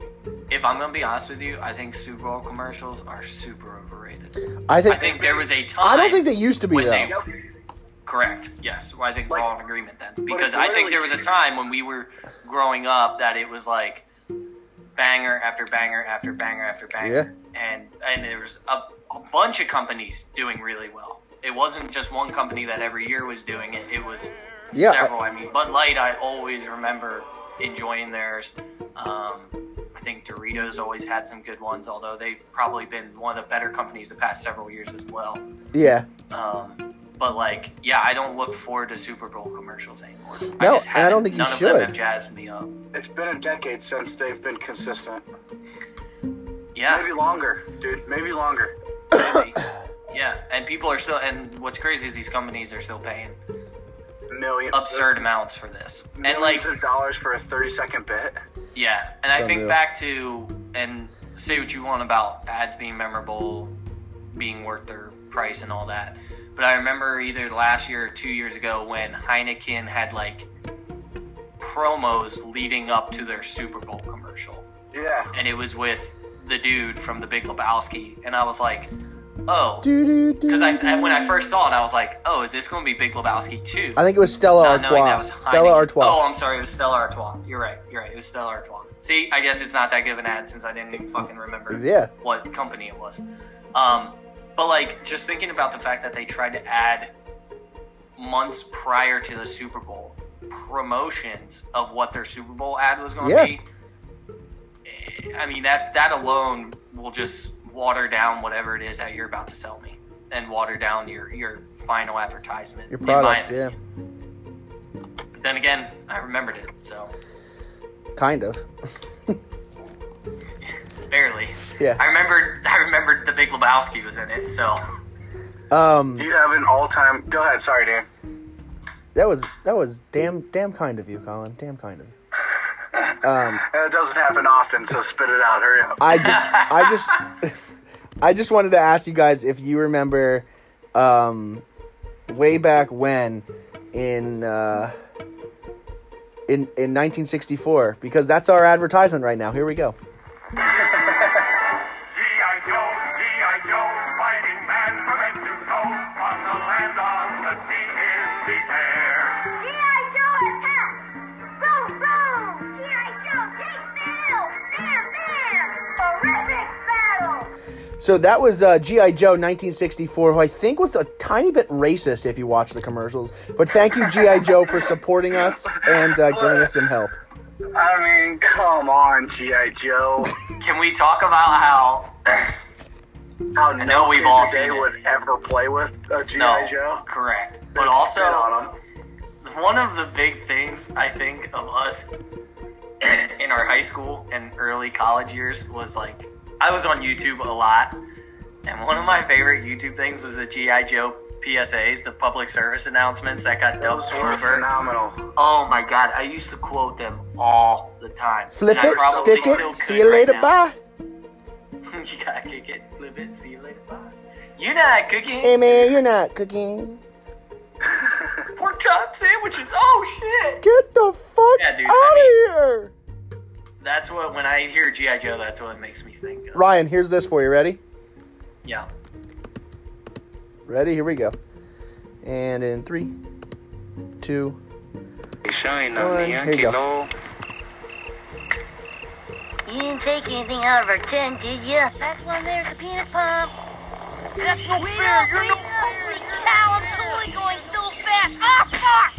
A: If I'm gonna be honest with you, I think Super Bowl commercials are super overrated.
B: I think.
A: I think there was a time
B: I don't think they used to be
A: when
B: though.
A: they-
C: Yep.
A: Correct. Yes. Well, I think we're
C: Like-
A: all in agreement then,
C: it's
A: because I think
C: literally-
A: there was a time when we were growing up that it was like banger after banger after banger after banger, and and there was a, a bunch of companies doing really well. It wasn't just one company that every year was doing it. It was
B: Yeah, I-
A: several. I, mean, Bud Light. I always remember enjoying theirs. Um, I think Doritos always had some good ones, although they've probably been one of the better companies the past several years as well.
B: Yeah.
A: Um, but like, yeah, I don't look forward to Super Bowl commercials anymore.
B: No,
A: just
B: and I
A: haven't-
B: don't think you
A: none of
B: should.
A: them have jazzed me up.
C: It's been a decade since they've been consistent. Maybe
A: Yeah,
C: longer, dude. Maybe longer.
A: maybe. yeah, and people are still. And what's crazy is these companies are still paying
C: Million
A: absurd amounts for this. And like,
C: millions of dollars for a thirty-second bit.
A: yeah, and I
B: It's
A: think
B: unreal.
A: back to and say what you want about ads being memorable, being worth their price and all that. But I remember either last year or two years ago when Heineken had like promos leading up to their Super Bowl commercial.
C: Yeah.
A: and it was with the dude from The Big Lebowski, and I was like, oh, because
B: Because
A: I, I- when I first saw it, I was like, oh, is this going to be Big Lebowski too?
B: I think it was Stella
A: Not knowing that
B: Artois.
A: was
B: Stella
A: Heineken.
B: Artois.
A: Oh, I'm sorry, it was Stella Artois. You're right, you're right, it was Stella Artois. See, I guess it's not that good of an ad since I didn't even fucking remember
B: Yeah.
A: what company it was. Um, but like just thinking about the fact that they tried to add months prior to the Super Bowl promotions of what their Super Bowl ad was going to
B: Yeah.
A: be. eh, I mean that that alone will just water down whatever it is that you're about to sell me, and water down your your final advertisement.
B: Your
A: in my
B: product, yeah.
A: opinion. But then again, I remembered it so
B: Kind of.
A: barely.
B: Yeah.
A: I remembered I remembered the Big Lebowski was in it, so.
B: Um,
C: You have an all-time. Go ahead. Sorry, Dan.
B: that was that was damn damn kind of you, Colin. Damn kind of you. Um,
C: That doesn't happen often, so spit it out. Hurry up.
B: I just I just I just wanted to ask you guys if you remember um, way back when in uh, in in 1964 because that's our advertisement right now. Here we go.
E: G.I. Joe, G.I. Joe, fighting man from head to toe, on the land, on the sea, in the air.
F: G.I. Joe attack! Boom, boom! G.I. Joe takes the hill! Bam, bam! Horrific battle!
B: So that was uh, G.I. Joe 1964, who I think was a tiny bit racist if you watch the commercials. But thank you, G.I. Joe, for supporting us and uh, giving us some help.
C: I mean, come on, GI Joe.
A: Can we talk about how?
C: How no
A: know we've
C: kid
A: all
C: today
A: seen it.
C: would ever play with a GI
A: No,
C: Joe.
A: correct. But
C: They'd
A: also,
C: spit on 'em.
A: one of the big things I think of us in our high school and early college years was like I was on YouTube a lot, and one of my favorite YouTube things was the GI Joe PSAs, the public service announcements that got dubbed
C: Those were
A: over.
C: phenomenal.
A: Oh my god, I used to quote them all the time.
B: Flip
A: And I
B: it,
A: probably
B: stick
A: still
B: it, see you
A: could right
B: later,
A: now.
B: bye.
A: you gotta kick it, flip it, see you later, bye. You're not cooking.
B: Hey man, you're not cooking.
A: pork chop sandwiches. Oh shit!
B: Get the fuck
A: Yeah, dude,
B: out
A: I
B: of here.
A: That's what when I hear GI Joe, that's what it makes me think of.
B: Ryan, here's this for you. Ready?
A: Yeah.
B: Ready? Here we go. And in three, two, one. Here you go.
F: You didn't take anything out of her tin, did you? That's one there's a peanut pump. That's no fair. You're no Holy cow, I'm totally going so fast. Ah, fuck!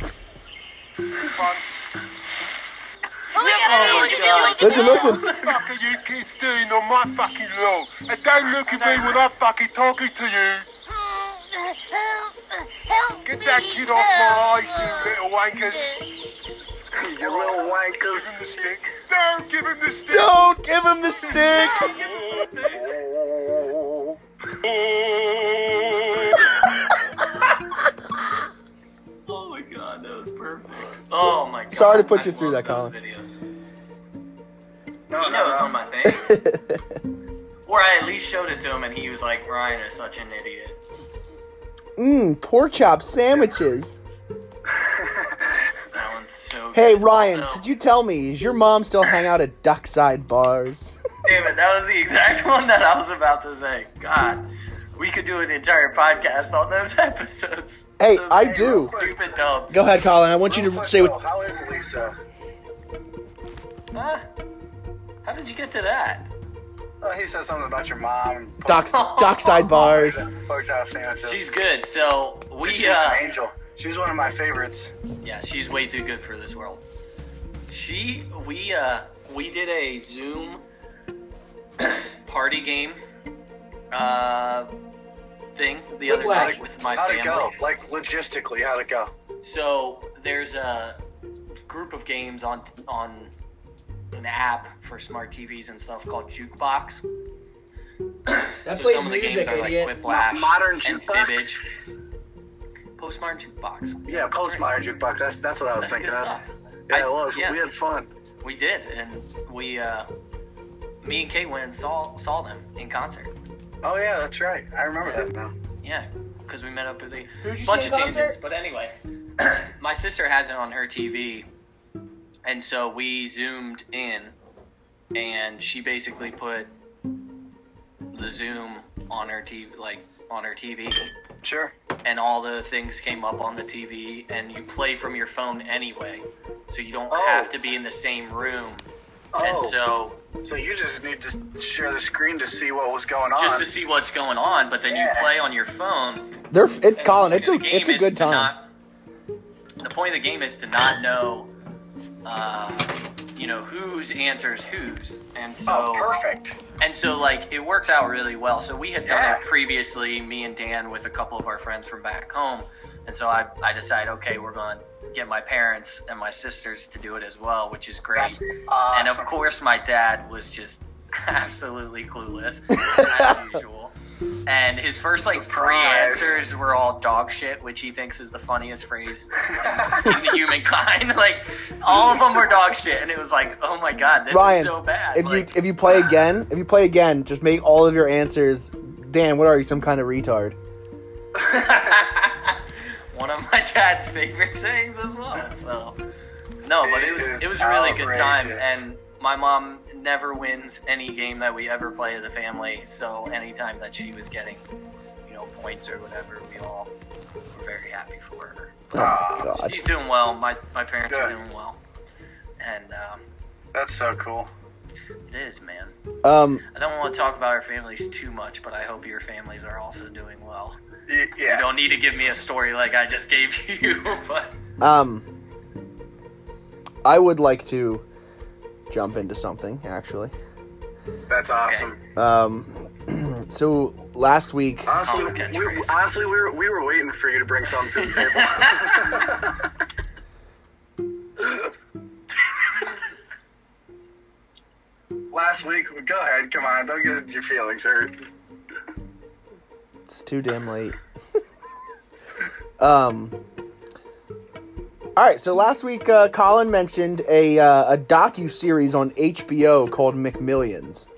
F: Oh, my God, I
A: God.
F: didn't do it.
B: Listen, listen.
E: Fucking you keep stealing on my fucking lawn, and don't look at me when I'm fucking talking to you.
F: Help
E: Get
F: me.
E: that kid off my eyes, you little wankers.
C: You little wankers.
E: Don't give him the stick.
B: Don't give him the stick.
A: Oh my god, that was perfect. Oh my god.
B: Sorry to put you
A: I
B: through
A: love
B: that,
A: those
B: Colin.
A: videos.
C: No,
A: You know, it's
C: no,
A: on
C: no.
A: my thing. Or I at least showed it to him, and he was like, "Ryan is such an idiot."
B: Mmm, pork chop sandwiches.
A: That one's so.
B: Hey
A: good.
B: Ryan,
A: So-
B: could you tell me, does your mom still hang out at Duckside Bars?
A: Damn it, that was the exact one that I was about to say. God, We could do an entire podcast on those episodes.
B: Hey,
A: Those
B: I do.
A: Stupid dubs.
B: Go ahead, Colin. I want you to say
C: Though,
B: what.
C: how is Lisa?
A: Huh? How did you get to that?
C: Oh, he said something about your mom.
B: Doc, doc sidebars.
C: Pork chop sandwiches.
A: She's good. So we.
C: She's
A: uh,
C: an angel. She's one of my favorites.
A: Yeah, she's way too good for this world. She, we, uh, we did a Zoom party game, uh, thing the other
B: Whiplash.
A: night with my
C: How'd it go?
A: family.
C: Like logistically, how'd it go?
A: So there's a group of games on on an app for smart TVs and stuff called Jukebox.
G: That
A: So
G: plays
A: some of the games
G: music,
A: are like
G: idiot.
A: Whiplash
C: Mo- modern
A: and
C: jukebox?
A: Fibbage. Postmodern jukebox.
C: Yeah, postmodern jukebox. That's that's what I was
A: That's
C: thinking
A: good
C: of.
A: stuff.
C: Yeah,
A: I-
C: it was.
A: yeah.
C: We had fun.
A: We did, and we, uh, me and Kate went and saw saw them in concert.
C: Oh yeah, that's right. I remember that now.
A: Yeah, because we met up with a
G: Who'd you
A: bunch
G: see
A: of
G: in concert?
A: Davids. But anyway, my sister has it on her TV, and so we zoomed in, and she basically put the Zoom on her TV, like on her TV,
C: Sure.
A: and all the things came up on the TV, and you play from your phone anyway, so you don't
C: Oh.
A: have to be in the same room.
C: Oh,
A: And so
C: so you just need to share the screen to see what was going on.
A: just
G: Um,
A: to see what's going on, but then
C: Yeah.
A: you play on your phone.
B: They're f- it's
A: And
B: Colin.
A: the
B: It's a
A: point of the
B: it's a
A: game is
B: good
A: to
B: time.
A: not- the point of the game is to not know, uh, you know, whose answers whose, and so
C: oh, perfect.
A: and so like it works out really well. So we had done
C: Yeah.
A: it previously, me and Dan, with a couple of our friends from back home, and so I I decided okay, we're going to get my parents and my sisters to do it as well, which is great.
C: That's awesome.
A: And of course, my dad was just absolutely clueless, as usual. And his first like three
C: Surprise.
A: answers were all dog shit, which he thinks is the funniest phrase in the humankind. like all of them were dog shit, and it was like, oh my god, this
B: Ryan,
A: is so bad.
B: if
A: Like,
B: you if you play again, if you play again, just make all of your answers. Dan, what are you? Some kind of retard?
A: one of my dad's favorite sayings as well. So no, but it was
C: It is
A: it was a really good time,
C: outrageous.
A: and my mom never wins any game that we ever play as a family. So anytime that she was getting, you know, points or whatever, we all were very happy for her.
B: Oh
A: Ah.
B: my god.
A: She's doing well. My my parents are
C: Good.
A: doing well, and um,
C: That's so cool.
A: it is man.
B: Um,
A: I don't want to talk about our families too much, but I hope your families are also doing well.
C: Y-
A: You
C: yeah.
A: don't need to give me a story like I just gave you, but.
B: um, I would like to jump into something actually.
C: That's awesome.
B: Um, so last week,
C: Honestly,
A: Oh, it's catchphrase.
C: we, honestly, we were we were waiting for you to bring something to the table. Last week, go ahead, come on, don't get your feelings hurt.
B: it's too damn late. um. All right, so last week uh, Colin mentioned a uh, a docu series on HBO called McMillions.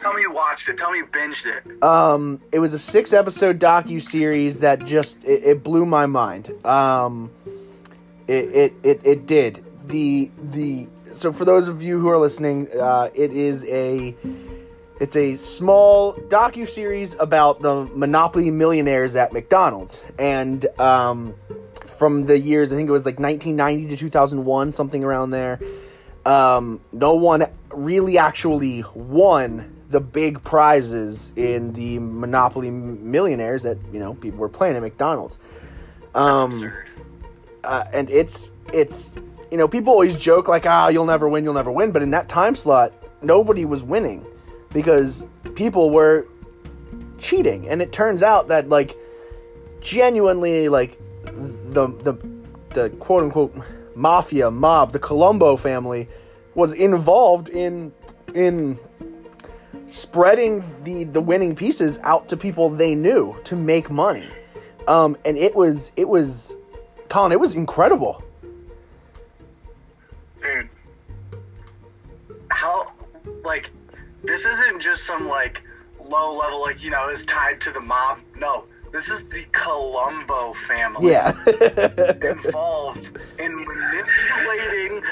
C: Tell me you watched it. Tell me you binged it.
B: um, it was a six episode docu series that just it, it blew my mind. Um, it, it it it did the the so for those of you who are listening, uh, it is a it's a small docu series about the monopoly millionaires at McDonald's and um, from the years I think it was like 1990 to 2001 something around there um, no one really actually won the big prizes in the Monopoly millionaires that you know people were playing at McDonald's. Um, uh, and it's it's you know people always joke like ah you'll never win you'll never win, but in that time slot nobody was winning because people were cheating, and it turns out that like genuinely like the the the quote unquote mafia mob, the Colombo family, was involved in in spreading the the winning pieces out to people they knew to make money. Um, and it was it was Colin, it was incredible.
C: dude how like this isn't just some like low level like you know is tied to the mob no this is the columbo family
B: Yeah.
C: involved in manipulating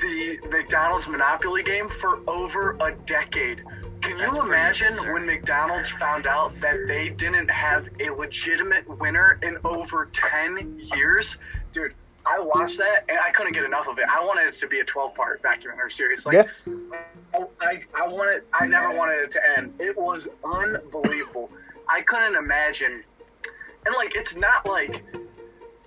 C: the mcdonald's monopoly game for over a decade Can you imagine when McDonald's found out that they didn't have a legitimate winner in over 10 years? Dude, I watched that and I couldn't get enough of it. I wanted it to be a 12 part documentary series. Like,
B: Yeah.
C: I, I, I wanted, I never wanted it to end. It was unbelievable. I couldn't imagine. And, like, it's not like.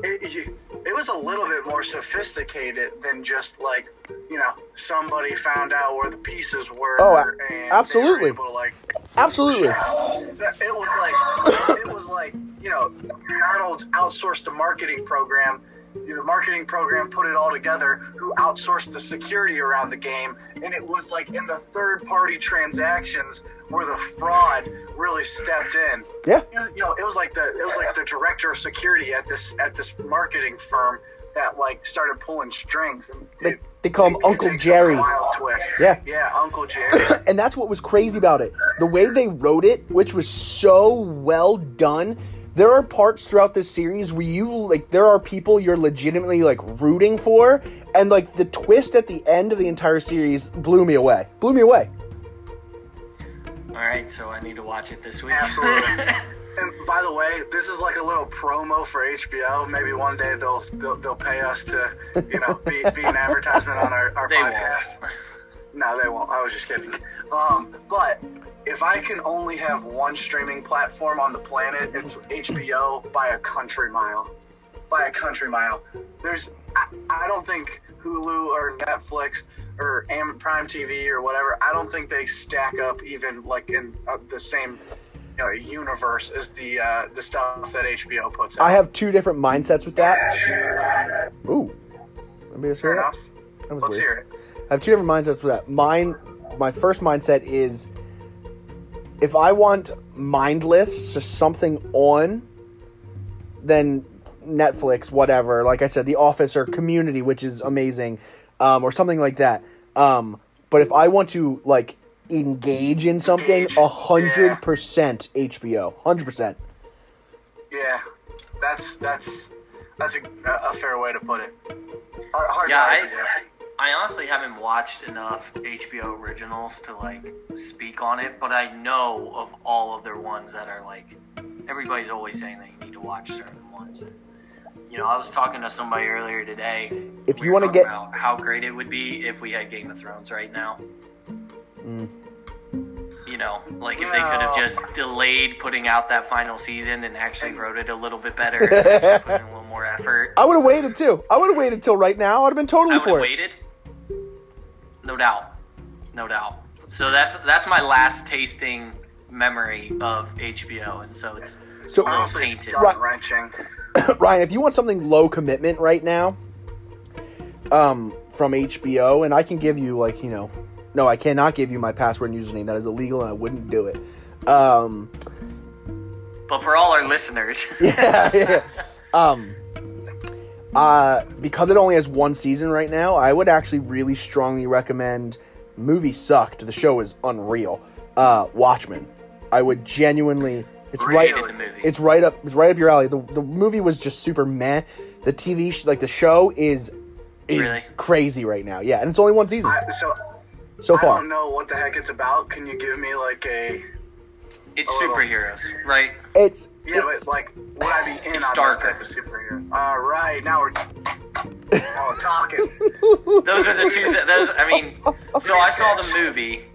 C: It, you- it was a little bit more sophisticated than just like, you know, somebody found out where the pieces were.
B: Oh, a-
C: and they were
B: absolutely.
C: able to, like,
B: Absolutely.
C: it was like it was like you know McDonald's outsourced the marketing program. The marketing program put it all together. Who outsourced the security around the game? And it was like in the third-party transactions where the fraud really stepped in.
B: Yeah.
C: You know, you know, it was like the it was like the director of security at this at this marketing firm that like started pulling strings. And
B: They,
C: dude,
B: they call him
C: it
B: Uncle
C: takes a
B: Jerry.
C: Wild twists.
B: Yeah.
C: Yeah, Uncle Jerry.
B: and that's what was crazy about it. The way they wrote it, which was so well done. There are parts throughout this series where you like there are people you're legitimately like rooting for and like the twist at the end of the entire series blew me away. Blew me away.
A: All right, so I need to watch it this week.
C: Absolutely. And by the way, this is like a little promo for HBO. Maybe one day they'll they'll, they'll pay us to, you know, be, be an advertisement on our, our
A: They won't.
C: podcast. No, they won't. I was just kidding. Um, but if I can only have one streaming platform on the planet, it's HBO by a country mile. By a country mile. There's, I, I don't think Hulu or Netflix or Am Prime TV or whatever. I don't think they stack up even like in uh, the same you know, universe as the uh, the stuff that HBO puts out.
B: I have two different mindsets with that. Ooh. Let me just hear
C: Fair
B: that.
C: enough.
B: That was
C: Let's
B: weird.
C: hear it.
B: I have two different mindsets with that. Mine, my first mindset is if I want mindless, just something on, then Netflix, whatever. Like I said, The Office or Community, which is amazing, um, or something like that. Um, but if I want to like engage in something,
C: Engage.
B: a hundred
C: Yeah.
B: percent HBO, hundred percent.
C: Yeah, that's that's that's a, a fair way to put it. Hard, hard
A: Yeah,
C: not
A: I,
C: to do.
A: I honestly haven't watched enough HBO originals to like speak on it, but I know of all of their ones that are like everybody's always saying that you need to watch certain ones. You know, I was talking to somebody earlier today.
B: If
A: we
B: you
A: were
B: wanna
A: talking
B: get-
A: about how great it would be if we had Game of Thrones right now.
B: Mm.
A: You know, like if they could have
C: No.
A: just delayed putting out that final season and actually wrote it a little bit better, and actually put in a little more effort.
B: I would have waited too. I would have waited till right now. I'd have been totally
A: I would
B: for
A: have
B: it.
A: waited. No doubt. No doubt. So that's that's my last tasting memory of HBO, and so it's
B: So
C: Honestly, it's
A: Tainted.
C: gut wrenching.
B: Ryan, if you want something low commitment right now, um, from HBO, and I can give you like you know, no, I cannot give you my password and username. That is illegal, and I wouldn't do it. Um,
A: but for all our listeners,
B: yeah, yeah. Um, uh, because it only has one season right now, I would actually really strongly recommend. Movie sucked. The show is unreal. Uh, Watchmen. I would genuinely. It's right.
A: Hated the movie.
B: It's right up. It's right up your alley. The, the movie was just super meh. The TV, sh- like the show, is is
A: Really?
B: crazy right now. Yeah, and it's only one season
C: I, so
B: so
C: I
B: far.
C: don't know what the heck it's about. Can you give me like a
A: it's
C: Oh.
A: superheroes, right?
B: It's
C: yeah,
B: it's
C: but like would I be in
A: It's
C: on
A: darker.
C: this type of superhero? All right, now we're now we're talking.
A: Those are the two. That, those. I mean,
B: Oh,
A: so I saw the movie,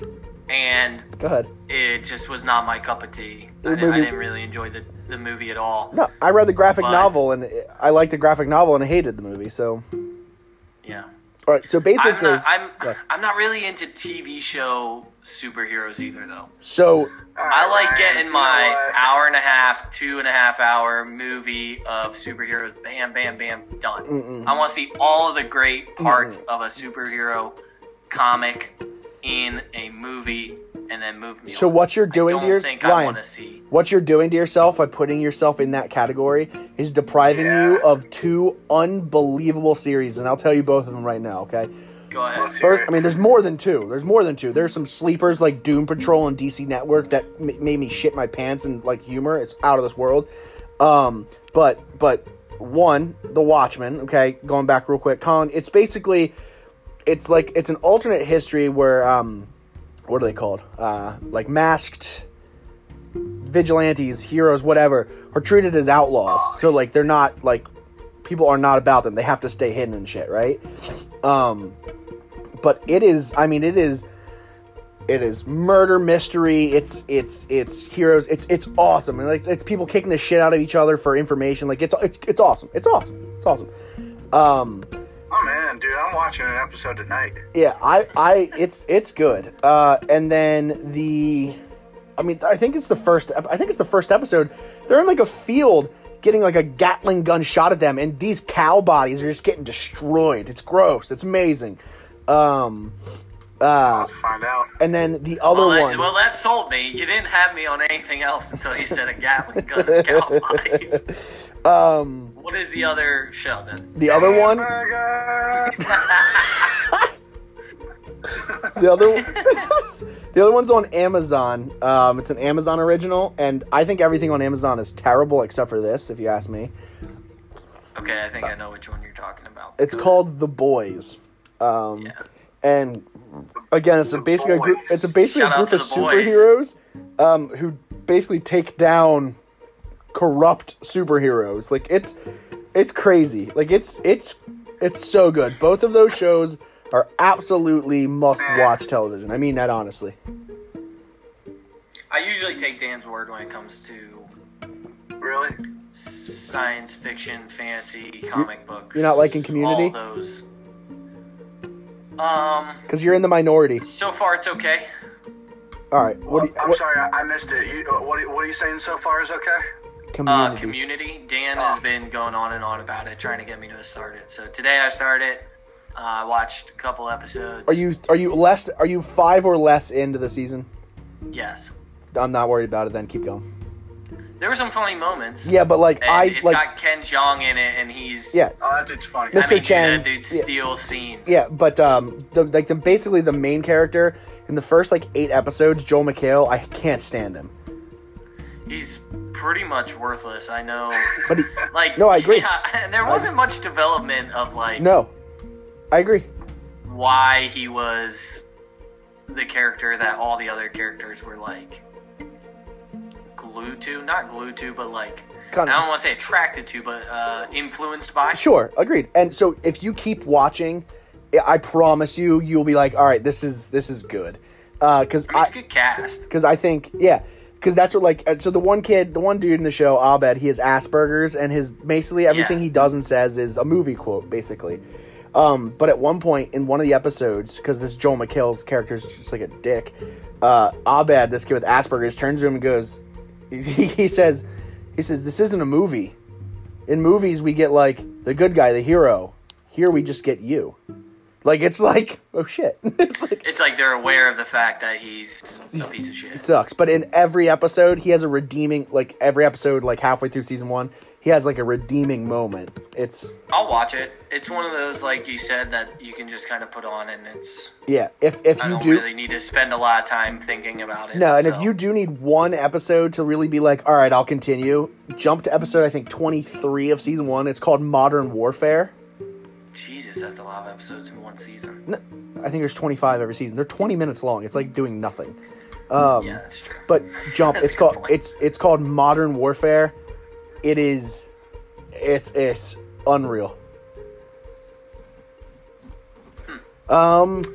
A: and
B: go ahead.
A: it just was not my cup of tea. I,
B: The
A: didn't, I
B: movie-
A: didn't really enjoy the the movie at all.
B: No, I read the graphic
A: Fine.
B: novel and I liked the graphic novel and I hated the movie. So
A: Yeah.
B: all right, so
A: I'm
B: basically,
A: not, I'm,
B: Yeah.
A: I'm not really into TV show superheroes either, though.
B: so
C: All
A: I like
C: right,
A: getting
C: you
A: my
C: know what?
A: hour and a half, two and a half hour movie of superheroes. Bam, bam, bam, done. I want to see all of the great parts of a superhero comic in a movie, and then move me.
B: So
A: on.
B: what you're doing
A: I
B: to
A: don't
B: your-
A: think I
B: Ryan.
A: want to see.
B: what you're doing to yourself by putting yourself in that category is depriving you of two unbelievable series, and I'll tell you both of them right now. Okay,
A: Go ahead.
C: Let's hear
B: First,
C: it.
B: I mean, there's more than two. There's more than two. There's some sleepers like Doom Patrol and DC Network that m- made me shit my pants and like humor. It's out of this world. Um, but but one, The Watchmen. Okay, going back real quick, Colin. It's basically, it's like it's an alternate history where um, what are they called? Uh, like masked vigilantes, heroes, whatever, are treated as outlaws. So like they're not like people are not about them. They have to stay hidden and shit, right? Um, but it is. I mean, it is. It is murder mystery. It's it's it's heroes. It's it's awesome. And like it's, it's people kicking the shit out of each other for information. Like it's it's it's awesome. It's awesome. It's awesome. Um,
C: Oh man, dude, I'm watching an episode tonight.
B: yeah, I, I, it's, it's good. Uh, and then the, I mean, I think it's the first, ep- I think it's the first episode. They're in like a field getting like a Gatling gun shot at them, and these cow bodies are just getting destroyed. It's gross. It's amazing. Um, uh,
C: Let's find out.
B: and then the other
A: Well, that-
B: one.
A: well, that sold me. You didn't have me on anything else until you said a Gatling gun and cow bodies.
B: um,
A: What is the other show then?
B: the other
C: Oh,
B: one. the other the other one's on Amazon. Um, it's an Amazon original, and I think everything on Amazon is terrible except for this, if you ask me.
A: Okay, I think I know which one you're talking about.
B: It's called The Boys, um,
A: Yeah.
B: and again, it's a basically a group.
C: Boys.
B: It's a basically
A: Shout
B: a
A: out
B: group
A: to
B: of
A: The Boys.
B: superheroes um, who basically take down corrupt superheroes. Like it's it's crazy. Like it's it's it's so good. Both of those shows are absolutely must-watch television. I mean that honestly.
A: I usually take Dan's word when it comes to
C: Really?
A: science fiction, fantasy, comic books.
B: you're not liking Community?
A: All those. Um.
B: Because you're in the minority.
A: So far, it's okay.
B: All right. What do you,
C: I'm
B: what,
C: sorry, I, I missed it. You, uh, what, are- what are you saying so far is okay?
A: Uh,
B: community.
A: community. Dan has been going on and on about it, trying to get me to start it. So today I started. Uh, I watched a couple episodes.
B: Are you are you less are you five or less into the season?
A: Yes.
B: I'm not worried about it. Then keep going.
A: There were some funny moments.
B: Yeah, but like
A: And
B: I
A: it's
B: like
A: got Ken Jeong in it, and he's
B: yeah
C: Oh, that dude's funny.
A: I
B: Mr.
A: mean, dude,
B: Chang.
A: That dude
B: Yeah.
A: steals scenes.
B: yeah, but um the, like the basically the main character in the first like eight episodes, Joel McHale. I can't stand him.
A: He's pretty much worthless. I know.
B: But he,
A: Like
B: No, I agree.
A: Yeah, and there wasn't much development of like
B: no, I agree.
A: why he was the character that all the other characters were like glued to, not glued to, but like
B: Kind
A: I
B: of.
A: don't want to say attracted to, but uh, influenced by.
B: Sure, agreed. And so if you keep watching, I- I promise you, you'll be like, all right, this is this is good. Because
A: I
B: I,
A: mean, it's a good cast.
B: because I think yeah, because that's what like uh, so the one kid, the one dude in the show, Abed, he has Asperger's, and his basically everything he does and says is a movie quote, basically. Um, but at one point in one of the episodes, because this Joel McHale's character is just like a dick, uh, Abed, this kid with Asperger's, turns to him and goes, he, he says, he says, this isn't a movie. In movies, we get like the good guy, the hero. Here, we just get you. Like it's like oh shit. it's like
A: It's like they're aware of the fact that he's a piece of
B: he
A: shit.
B: sucks. But in every episode, he has a redeeming like every episode, like halfway through season one, he has like a redeeming moment. It's
A: I'll watch it. It's one of those like you said that you can just kind of put on, and it's
B: yeah. If if
A: I
B: you
A: don't
B: do
A: really need to spend a lot of time thinking about it.
B: no, and if
A: so.
B: you do need one episode to really be like, all right, I'll continue. Jump to episode I think twenty three of season one. It's called Modern Warfare.
A: Jesus, that's a lot of episodes in one season.
B: I think there's twenty five every season. They're twenty minutes long. It's like doing nothing. Um,
A: yeah, that's true.
B: But jump.
A: That's
B: it's
A: a good
B: called
A: point.
B: it's it's called Modern Warfare. It is, it's it's unreal. Um.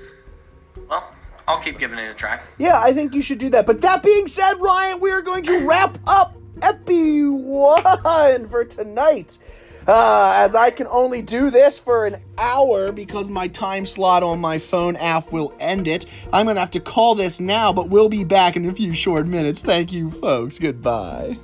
A: well, I'll keep giving it a try.
B: Yeah, I think you should do that. But that being said, Ryan, we are going to wrap up Epi 1 for tonight. Uh, as I can only do this for an hour because my time slot on my phone app will end it. I'm going to have to call this now, but we'll be back in a few short minutes. Thank you, folks. Goodbye.